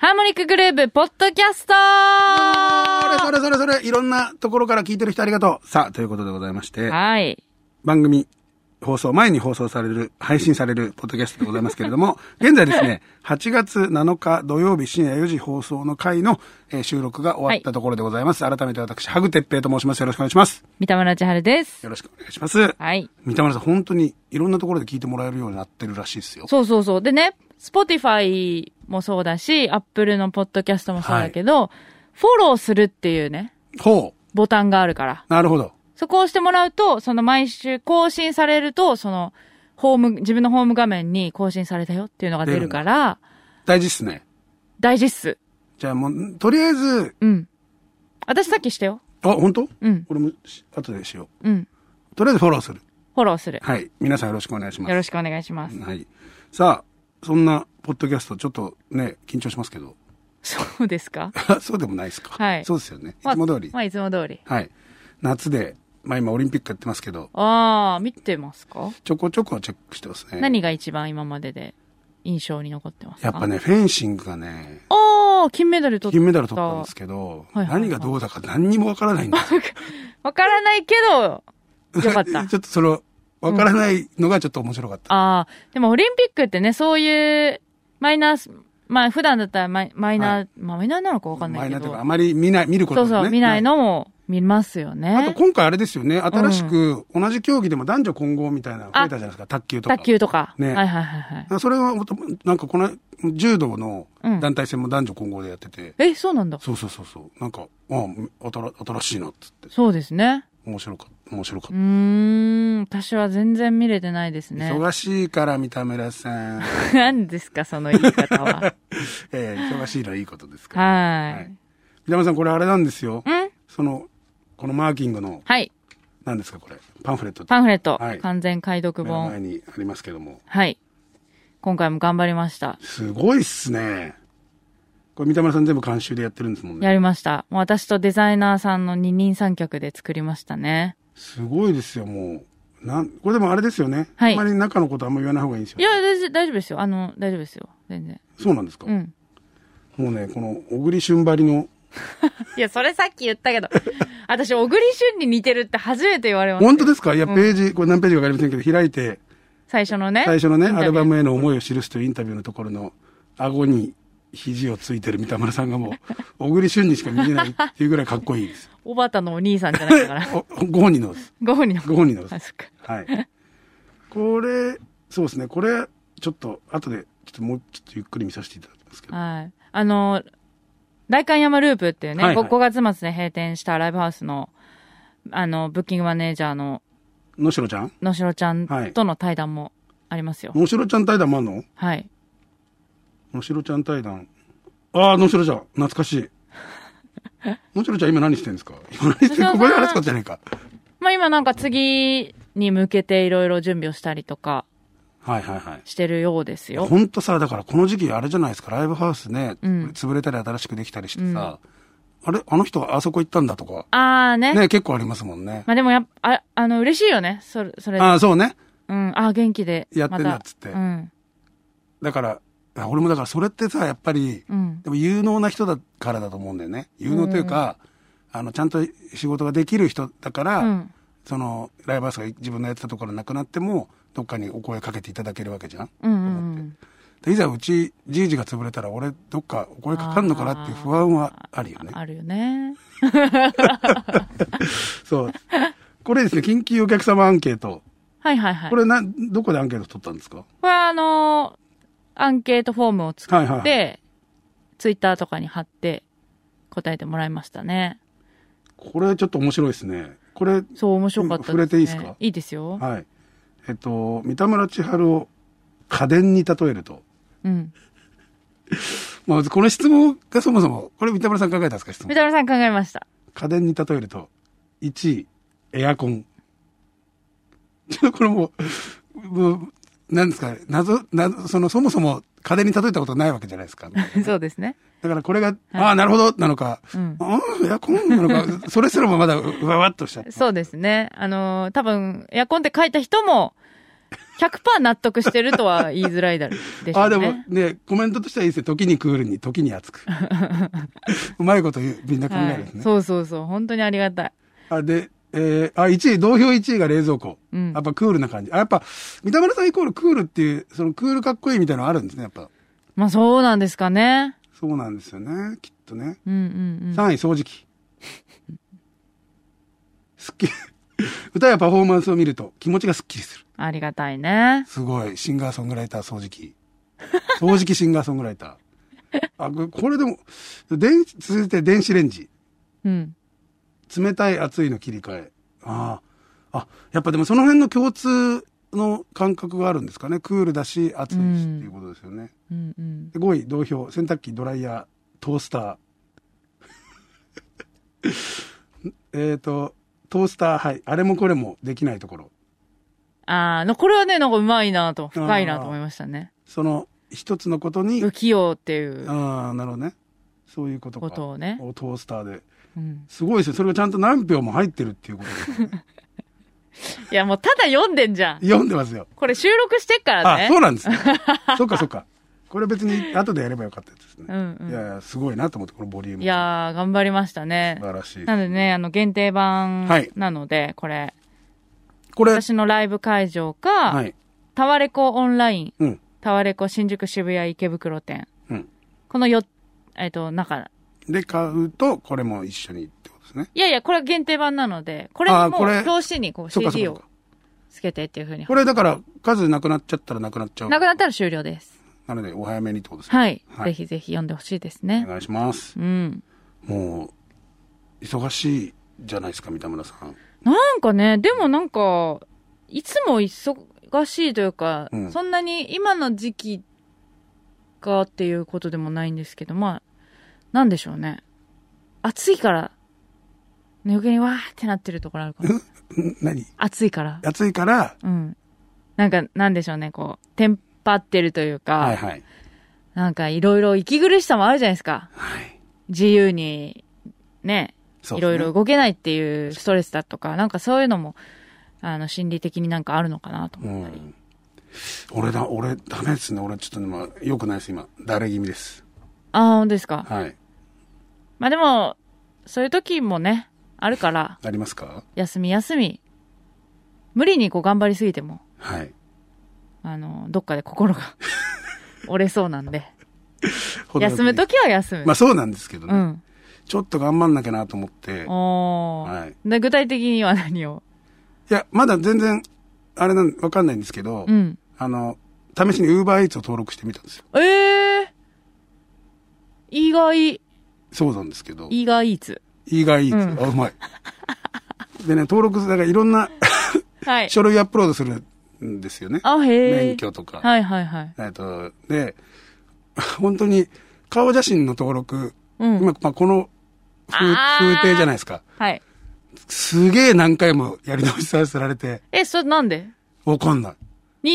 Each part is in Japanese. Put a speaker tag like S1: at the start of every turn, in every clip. S1: タモリックグループ、ポッドキャスト
S2: そ
S1: は
S2: れそれそれ、いろんなところから聞いてる人ありがとう。さあ、ということでございまして、
S1: い。
S2: 番組放送、前に放送される、配信されるポッドキャストでございますけれども、 現在ですね、8月7日土曜日深夜4時放送の回の、えー収録が終わったところでございます。改めて私、ハグ哲平と申します。よろしくお願いします。
S1: 三田村千春です。
S2: よろしくお願いします。
S1: はい。
S2: 三田村さん、本当にいろんなところで聞いてもらえるようになってるらしいですよ。
S1: そうそうそう。でね、Spotify もそうだし、Apple のポッドキャストもそうだけど、フォローするっていうね、
S2: ほ
S1: ボタンがあるから。
S2: う。なるほど。
S1: そこを押してもらうと、その毎週更新されると、その、ホーム、自分のホーム画面に更新されたよっていうのが出るから、
S2: 大事っすね。
S1: 大事っす。
S2: じゃあもう、とりあえず、
S1: うん。私さっきしたよ。
S2: あ、本当
S1: うん。
S2: 俺もし、後でしよ
S1: うん。
S2: う。とりあえずフォローする。
S1: フォローする。
S2: はい。皆さんよろしくお願いします。
S1: よろしくお願いします。
S2: はい。さあ、そんな、ポッドキャスト、ちょっとね、緊張しますけど。
S1: そうですか
S2: あそうでもないですか。
S1: はい
S2: そうですよね。い
S1: まあ
S2: つも通り。
S1: まあ、いつも通り。
S2: はい。夏で、まあ今オリンピックやってますけど、
S1: ああ、見てますか、
S2: ちょこちょこチェックしてますね。
S1: 何が一番今までで印象に残ってますか
S2: やっぱ。ね、フェンシングがね、
S1: ああ、金メダル取った。
S2: 金メダル取ったんですけど、
S1: はいはいはい
S2: 何がどうだか何にもわからないんですよ。
S1: わからないけど、よかっ た
S2: ちょっとその、わからないのがちょっと面白かった。
S1: ああ、でもオリンピックってね、そういう、マイナース、まあ普段だったらマイマイナー、
S2: は
S1: まあマイナーなのかわかんな
S2: マ
S1: い
S2: イ
S1: け
S2: ナーと
S1: ど。
S2: いうか、あまり見ない、見るこ
S1: そ
S2: と
S1: う
S2: もね。
S1: そう、見ない
S2: は
S1: のも見ますよ
S2: あと
S1: ね。
S2: 今回あれですよね、新しく同じ競技でも男女混合みたいなの増えたじゃないですか、卓球とか。
S1: 卓球とか。
S2: ね
S1: はいはいはいはい。
S2: あそれはもっと、なんかこの、柔道の
S1: うん
S2: 団体戦も男女混合でやってて、
S1: え、そうなんだ。
S2: そうそうそうそう、なんか、ああ、新新しいなっつって、
S1: そうですね。
S2: 面白かった、面白かっ
S1: うー
S2: た。
S1: ん、私は全然見れてないですね。
S2: 忙しいから、三田村さん。
S1: 何ですか、その言い方は。
S2: ええ忙しいのはいいことですから。
S1: は
S2: はい三田村さん、これあれなんですよ
S1: い。。うん
S2: その、このマーキングの、
S1: はい。
S2: 何ですか、これ。パンフレット。
S1: パンフレット。
S2: はい
S1: 完全解読
S2: 目の前
S1: 本。
S2: にありますけども。
S1: はい。今回も頑張りました。
S2: すごいっすね。これ三田村さん全部監修でやってるんですもんね。
S1: やりました。もう私とデザイナーさんの二人三脚で作りましたね。
S2: すごいですよ、もう。なん、これでもあれですよね。
S1: はい
S2: あんまり中のことあんま言わない方がいいんですよ
S1: い。や、大丈夫大丈夫ですよ。あの、大丈夫ですよ。全然。
S2: そうなんですか、
S1: うん。
S2: もうね、この、小栗旬張りの、
S1: いや、それさっき言ったけ ど、私、小栗旬に似てるって初めて言われまし
S2: 本
S1: た
S2: 当
S1: よ。
S2: ですかいや、ページ、これ何ページかわかりませんけど、開いて、
S1: 最初のね。
S2: 最初のね、
S1: インタ
S2: ア
S1: ビュー
S2: ルバムへの思いを記すというインタビューのところの、顎に肘をついてる三田村さ んがもう、小栗旬にしか見えないっていうぐらいかっこいいです。
S1: おばたのお兄さんじゃないんだ から。
S2: おご本人のです。
S1: ご本人
S2: ご
S1: の。
S2: 本人ので
S1: あ、
S2: す。
S1: そっか。
S2: はい。これ、そうですね、これ、ちょっと、後で、ちょっともうちょっとゆっくり見させていただきますけど。
S1: はい。あの、代官山ループっていうね、
S2: はいはい
S1: 5月末で閉店したライブハウスの、あの、ブッキングマネージャーの
S2: のしろちゃん
S1: 野城ちゃん
S2: はい
S1: との対談もありますよ。
S2: のしろちゃん対談もあんの
S1: はい。
S2: のしろちゃん対談。ああ、のしろちゃん、懐かし い。のしろちゃん今何してんですか今何してん
S1: のしろさん
S2: ここで話すことじゃないか。
S1: まあ今なんか次に向けていろいろ準備をしたりとか
S2: はいはいはい。
S1: してるようですよ。
S2: ほんとさ、だからこの時期あれじゃないですか、ライブハウスね、
S1: うん
S2: 潰れたり新しくできたりしてさ、あれあの人はあそこ行ったんだとか、
S1: あーね。
S2: ね、結構ありますもんね。
S1: まあでもやっぱ、あ、あの、嬉しいよね。それ、それ。うん。
S2: ああ、そうね。
S1: あー元気で。
S2: やってんだ
S1: また
S2: っつって
S1: うん。
S2: だから、あ俺もだからそれってさ、やっぱり、
S1: うん。
S2: でも有能な人だからだと思うんだよね。有能というか、あの、ちゃんと仕事ができる人だから、
S1: うん。
S2: その、ライブハウスが自分のやってたところなくなっても、どっかにお声かけていただけるわけじゃん。
S1: うんうんうん。
S2: でいざうち、じいじが潰れたら、俺、どっかお声かかんのかなっていう不安はあるよね。
S1: あるよね。
S2: そう。これですね、緊急お客様アンケート。
S1: はいはいはい。
S2: これな、どこでアンケート取ったんですか
S1: これはあのーアンケートフォームを作
S2: はいはい
S1: っ
S2: は
S1: て、ツイッターとかに貼って答えてもらいましたね。
S2: これちょっと面白いですね。これ、
S1: そう、面白かったです、ね。
S2: 触れていいですか
S1: いいですよ。
S2: はい。えっと、三田村千春を家電に例えると。
S1: うん。
S2: まあ、この質問がそもそも、これ三田村さん考えたんですか質
S1: 三
S2: 問。
S1: 田村さん考えました。
S2: 家電に例えると、1位、エアコン。 ちょっとこれもう、もう、なんですか、謎、謎、その、そもそも家電に例えたことないわけじゃないですか。
S1: そうですね。
S2: だからこれが、ああ、なるほど、なのか、
S1: うん
S2: ああ、エアコンなのか、そ れすらもまだうわわっとしちゃって。
S1: そうですね。あのー多分、エアコンって書いた人も、 100%納得してるとは言いづらいだろうでしょ
S2: あ、
S1: うね。
S2: でもね、コメントとしてはいいですよ。時にクールに、時に 熱く。うまいこと言う、みんな考
S1: は
S2: え
S1: い
S2: るんですね。
S1: そうそうそう。本当にありがたい。
S2: あ、で、えー、あ、1位、同票1位が冷蔵庫。
S1: うん
S2: やっぱクールな感じ。あ、やっぱ、三田村さんイコールクールっていう、そのクールかっこいいみたいなのあるんですね、やっぱ。
S1: まあそうなんですかね。
S2: そうなんですよね、きっとね。
S1: うんうん
S2: 3位、掃除機。すっきり。歌やパフォーマンスを見ると気持ちがすっきりする。
S1: うん。ありがたいね。
S2: すごい。シンガーソングライター、掃除機。掃除機シンガーソングライター。あ、これこれでも、電続いて電子レンジ。
S1: うん。
S2: 冷たい熱いの切り替え。ああ。あ、やっぱでもその辺の共通の感覚があるんですかね。クールだし、熱いしっていうことですよね。
S1: うんうん。
S2: で5位、同票。洗濯機、ドライヤー、トースター。 えっと、トースター、はい。あれもこれもできないところ。
S1: ああ、のこれはね、なんかうまいなと、
S2: ー
S1: 深いなと思いましたね。
S2: その、一つのことに、
S1: 不器用っていう
S2: ああ、なるほどね。そういうことか。
S1: ことをね。
S2: おトースターで。
S1: うん。
S2: すごいですよ。それがちゃんと何票も入ってるっていうことです ね、
S1: いや、もうただ読んでんじゃん。
S2: 読んでますよ。
S1: これ収録してっからね。
S2: あ、そうな んですね。そっかそっか。これ別に後でやればよかったやつですね。
S1: うんうん
S2: いやいや、すごいなと思って、このボリューム。
S1: いやー、頑張りましたね
S2: 素。晴らしい。
S1: なのでね、あの、限定版
S2: はい
S1: なので、これ、
S2: これ、
S1: 私のライブ会場か、
S2: はい。
S1: タワレコオンライン、
S2: うん。
S1: タワレコ新宿渋谷池袋店、
S2: うん。
S1: このよ、えっ、と、中、
S2: で、買うと、これも一緒にってことですね。
S1: いやいや、これは限定版なので、これに
S2: あー
S1: もう
S2: これ
S1: 表紙にこう
S2: そっかそっ
S1: CD
S2: か
S1: を
S2: そっか。
S1: つけてっていう風に
S2: こ。れだから、数なくなっちゃったらなくなっちゃう。
S1: なくなったら終了です。
S2: なので、お早めにってことですね。
S1: はい。
S2: は
S1: ぜ
S2: い
S1: ひぜひ読んでほしいです
S2: お
S1: ね。
S2: 願いします。
S1: うん。
S2: もう、忙しいじゃないですか、三田村さん。
S1: なんかね、でもなんか、いつも忙しいというか、
S2: うん
S1: そんなに今の時期がっていうことでもないんですけど、まあ、なんでしょうね。暑いから、ね余計にわーってなってるところあるかも。
S2: ん何
S1: 暑いから。
S2: 暑いから、
S1: うん。なんか、なんでしょうね、こう、テンパってるというか、
S2: はいはい。
S1: なんかいろいろ息苦しさもあるじゃないですか。
S2: はい。
S1: 自由に、ね、
S2: そう
S1: い
S2: です
S1: ろ
S2: ね
S1: いろ動けないっていうストレスだとか、なんかそういうのも、あの、心理的になんかあるのかなと
S2: う
S1: 思ったり。
S2: ん。俺だ、俺、ダメですね。俺、ちょっと今、良くないです、今。だれ気味です。
S1: ああ、本当ですか。
S2: はい。
S1: まあでも、そういう時もね、あるから、
S2: ありますか
S1: 休み休み、無理にこう頑張りすぎても、
S2: はい。
S1: あの、どっかで 心が折れそうなんで、
S2: 程よく
S1: 休む時は休む。
S2: まあ、そうなんですけどね。
S1: うん。
S2: ちょっと頑張んなきゃなと思って。
S1: おー。
S2: はい。
S1: で具体的には何を
S2: いや、まだ全然、あれなん、わかんないんですけど、
S1: うん。
S2: あの、試しに UberEats を登録してみたんですよ。
S1: ええー、意外、
S2: そうなんですけど、
S1: 意外いつ。
S2: 意外、
S1: うん
S2: あ、うまい。でね、登録、だからいろんな
S1: はい。
S2: 書類アップロードするんですよね。
S1: あ、へえ。
S2: 免許とか。
S1: はいはいはい。
S2: えっと、で、 本当に、顔写真の登録、
S1: うん。
S2: 今、まあ、この風
S1: あー
S2: 風景じゃないですか。
S1: はい。
S2: すげえ何回もやり直しさせられて、
S1: え、それなんで
S2: わかんない。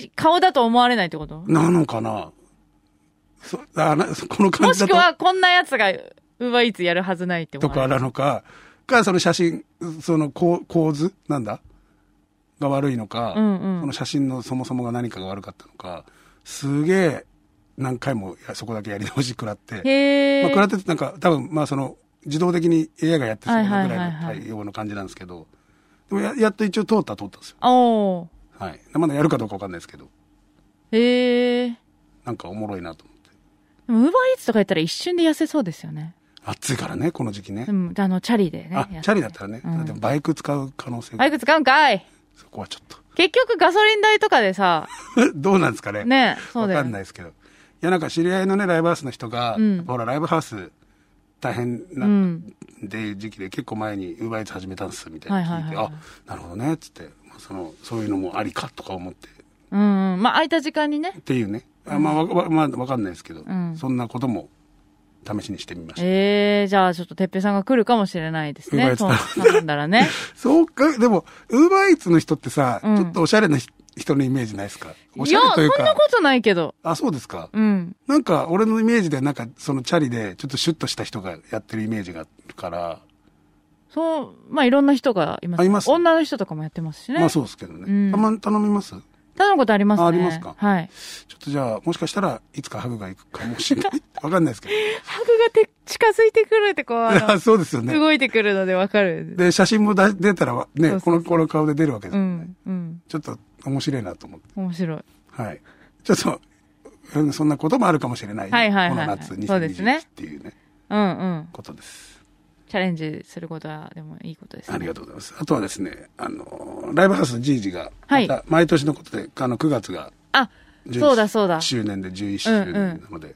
S1: に、顔だと思われないってこと
S2: なのかなそあなそこの感
S1: も
S2: じ
S1: し
S2: だ
S1: く
S2: と。
S1: は、こんなやつが、ウーバーイーツやるはずないってこと
S2: かなのか、か、その写真、その構構図なんだが悪いのか、
S1: うんうん
S2: その写真のそもそもが何かが悪かったのか、すげえ何回もやそこだけやり直し食らって、
S1: へえ。
S2: まあ、食らってってなんか多分まあその自動的に AI がやってそうなぐらい
S1: はいはい
S2: の
S1: はいはい
S2: 対応の感じなんですけど、でもややっと一応通ったは通ったんですよ。
S1: おー。
S2: はい。まだやるかどうかわかんないですけど、
S1: へえ。で
S2: なんかおもろいなと思って。
S1: も、ウーバーイーツとか言ったら一瞬で痩せそうですよね。
S2: 暑いからね、この時期ね
S1: で。も、あの、チャリでね。
S2: あ、チャリだったらね。
S1: うん
S2: でもバイク使う可能性が
S1: あ、いくつ買うんかい
S2: そこはちょっと。
S1: 結局ガソリン代とかでさ、
S2: どうなんですかね。
S1: ね、そうだ
S2: わ
S1: よ
S2: かんない
S1: ね。
S2: ですけど。いや、なんか知り合いのね、ライブハウスの人が、
S1: うん
S2: やっぱほら、ライブハウス大変な、
S1: うん
S2: で時期で結構前に UberEats 始めたんです、みたいな聞い
S1: はいはい
S2: て、
S1: はいはい
S2: あ、なるほどね、つって、まあその、そういうのもありかとか思って、っ
S1: うんうん。まあ、空いた時間にね。
S2: ていうね。あまあ、わ、わまあ、わかんないですけど、
S1: うん
S2: そんなことも試しにしてみました。
S1: ええじゃあちょっと、てっぺいさんが来るかもしれないですね。
S2: Uber Eats
S1: そう、頼んだらね。
S2: そうか、でも、UberEats の人ってさ、
S1: うん
S2: ちょっとおしゃれなひ人のイメージないですか お
S1: い
S2: しゃ
S1: や、
S2: れ
S1: そ
S2: とい
S1: ん
S2: うか。
S1: なことないけど。
S2: あ、そうですか。
S1: うん。
S2: なんか、俺のイメージで、なんか、そのチャリで、ちょっとシュッとした人がやってるイメージがあるから、
S1: そう、まあいろんな人がいます,、
S2: あいます
S1: 女の人とかもやってますしね。
S2: まあそうですけどね。
S1: うん
S2: たまに頼みます
S1: 頼むことありますね。
S2: あありますか
S1: はい。
S2: ちょっとじゃあ、もしかしたらいつかハグが行くかもしれ ない。わかんないですけ
S1: ハグがて近づいてくるってこう、あ
S2: ど。
S1: の
S2: あそうですよ ね。
S1: 動いてくるのでわかる。
S2: で、写真も出出たらわ、ね、
S1: そうそうそ
S2: この
S1: う
S2: この顔で出るわけです
S1: う
S2: よね。
S1: ん、うん。
S2: ちょっと面白いなと思って。
S1: 面白い。
S2: はい。ちょっと、うんそんなこともあるかもしれない。
S1: はいはいはいはい
S2: この夏
S1: そうですね
S2: 2021っていうね、
S1: うん、うん。
S2: ことです。
S1: チャレンジすることは、でもいいことですね。
S2: ありがとうございます。あとはですね、あの、ライブハウスじいじが、
S1: は
S2: ま
S1: い
S2: た毎年のことで、あの、9月が
S1: あ、
S2: 11
S1: そうだそうだ。
S2: 周年で11周年なので、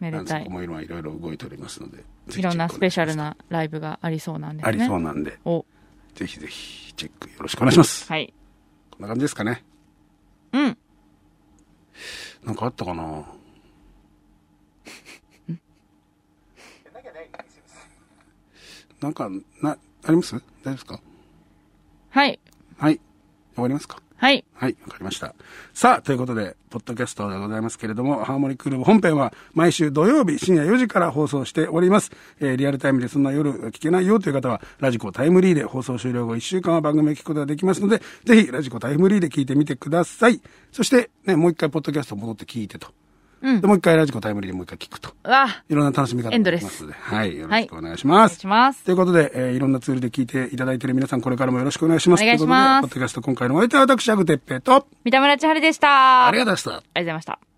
S1: めで
S2: あの
S1: た
S2: そ
S1: い
S2: こ。も今いろいろ動いておりますので、ぜひチェック
S1: いろんなスペシャル
S2: お願い
S1: な
S2: し
S1: ライブがありそうなんで
S2: ますす。
S1: ね。
S2: ありそうなんで、
S1: お、
S2: ぜひぜひチェックよろしくお願いします。
S1: はい。
S2: こんな感じですかね。
S1: うん。
S2: なんかあったかななんか、な、あります大丈夫ですか
S1: はい。
S2: はい。終わりますか
S1: はい。
S2: はい、わかりました。さあ、ということで、ポッドキャストでございますけれども、ハーモニッククルーブ本編は毎週土曜日深夜4時から放送しております。えーリアルタイムでそんな夜聞けないよという方は、ラジコタイムリーで放送終了後1週間は番組を聞くことができますので、ぜひラジコタイムリーで聞いてみてください。そして、ね、もう一回ポッドキャスト戻って聞いてと。
S1: うん
S2: で、もう一回ラジコタイムリーでもう一回聞くと。
S1: うわ、お
S2: いろんな楽しみ方ができますので、はい、よろしくお願いしま
S1: 願い
S2: す
S1: し。ます。
S2: ということで、えーいろんなツールで聞いていただいている皆さん、これからもよろしくお願いします。
S1: お願いします
S2: ということで、ポッドキャスト今回のお相手は私、アグテッペイと、
S1: 三田村千春でした。
S2: あり
S1: ありが
S2: がとうございました。
S1: とうございました。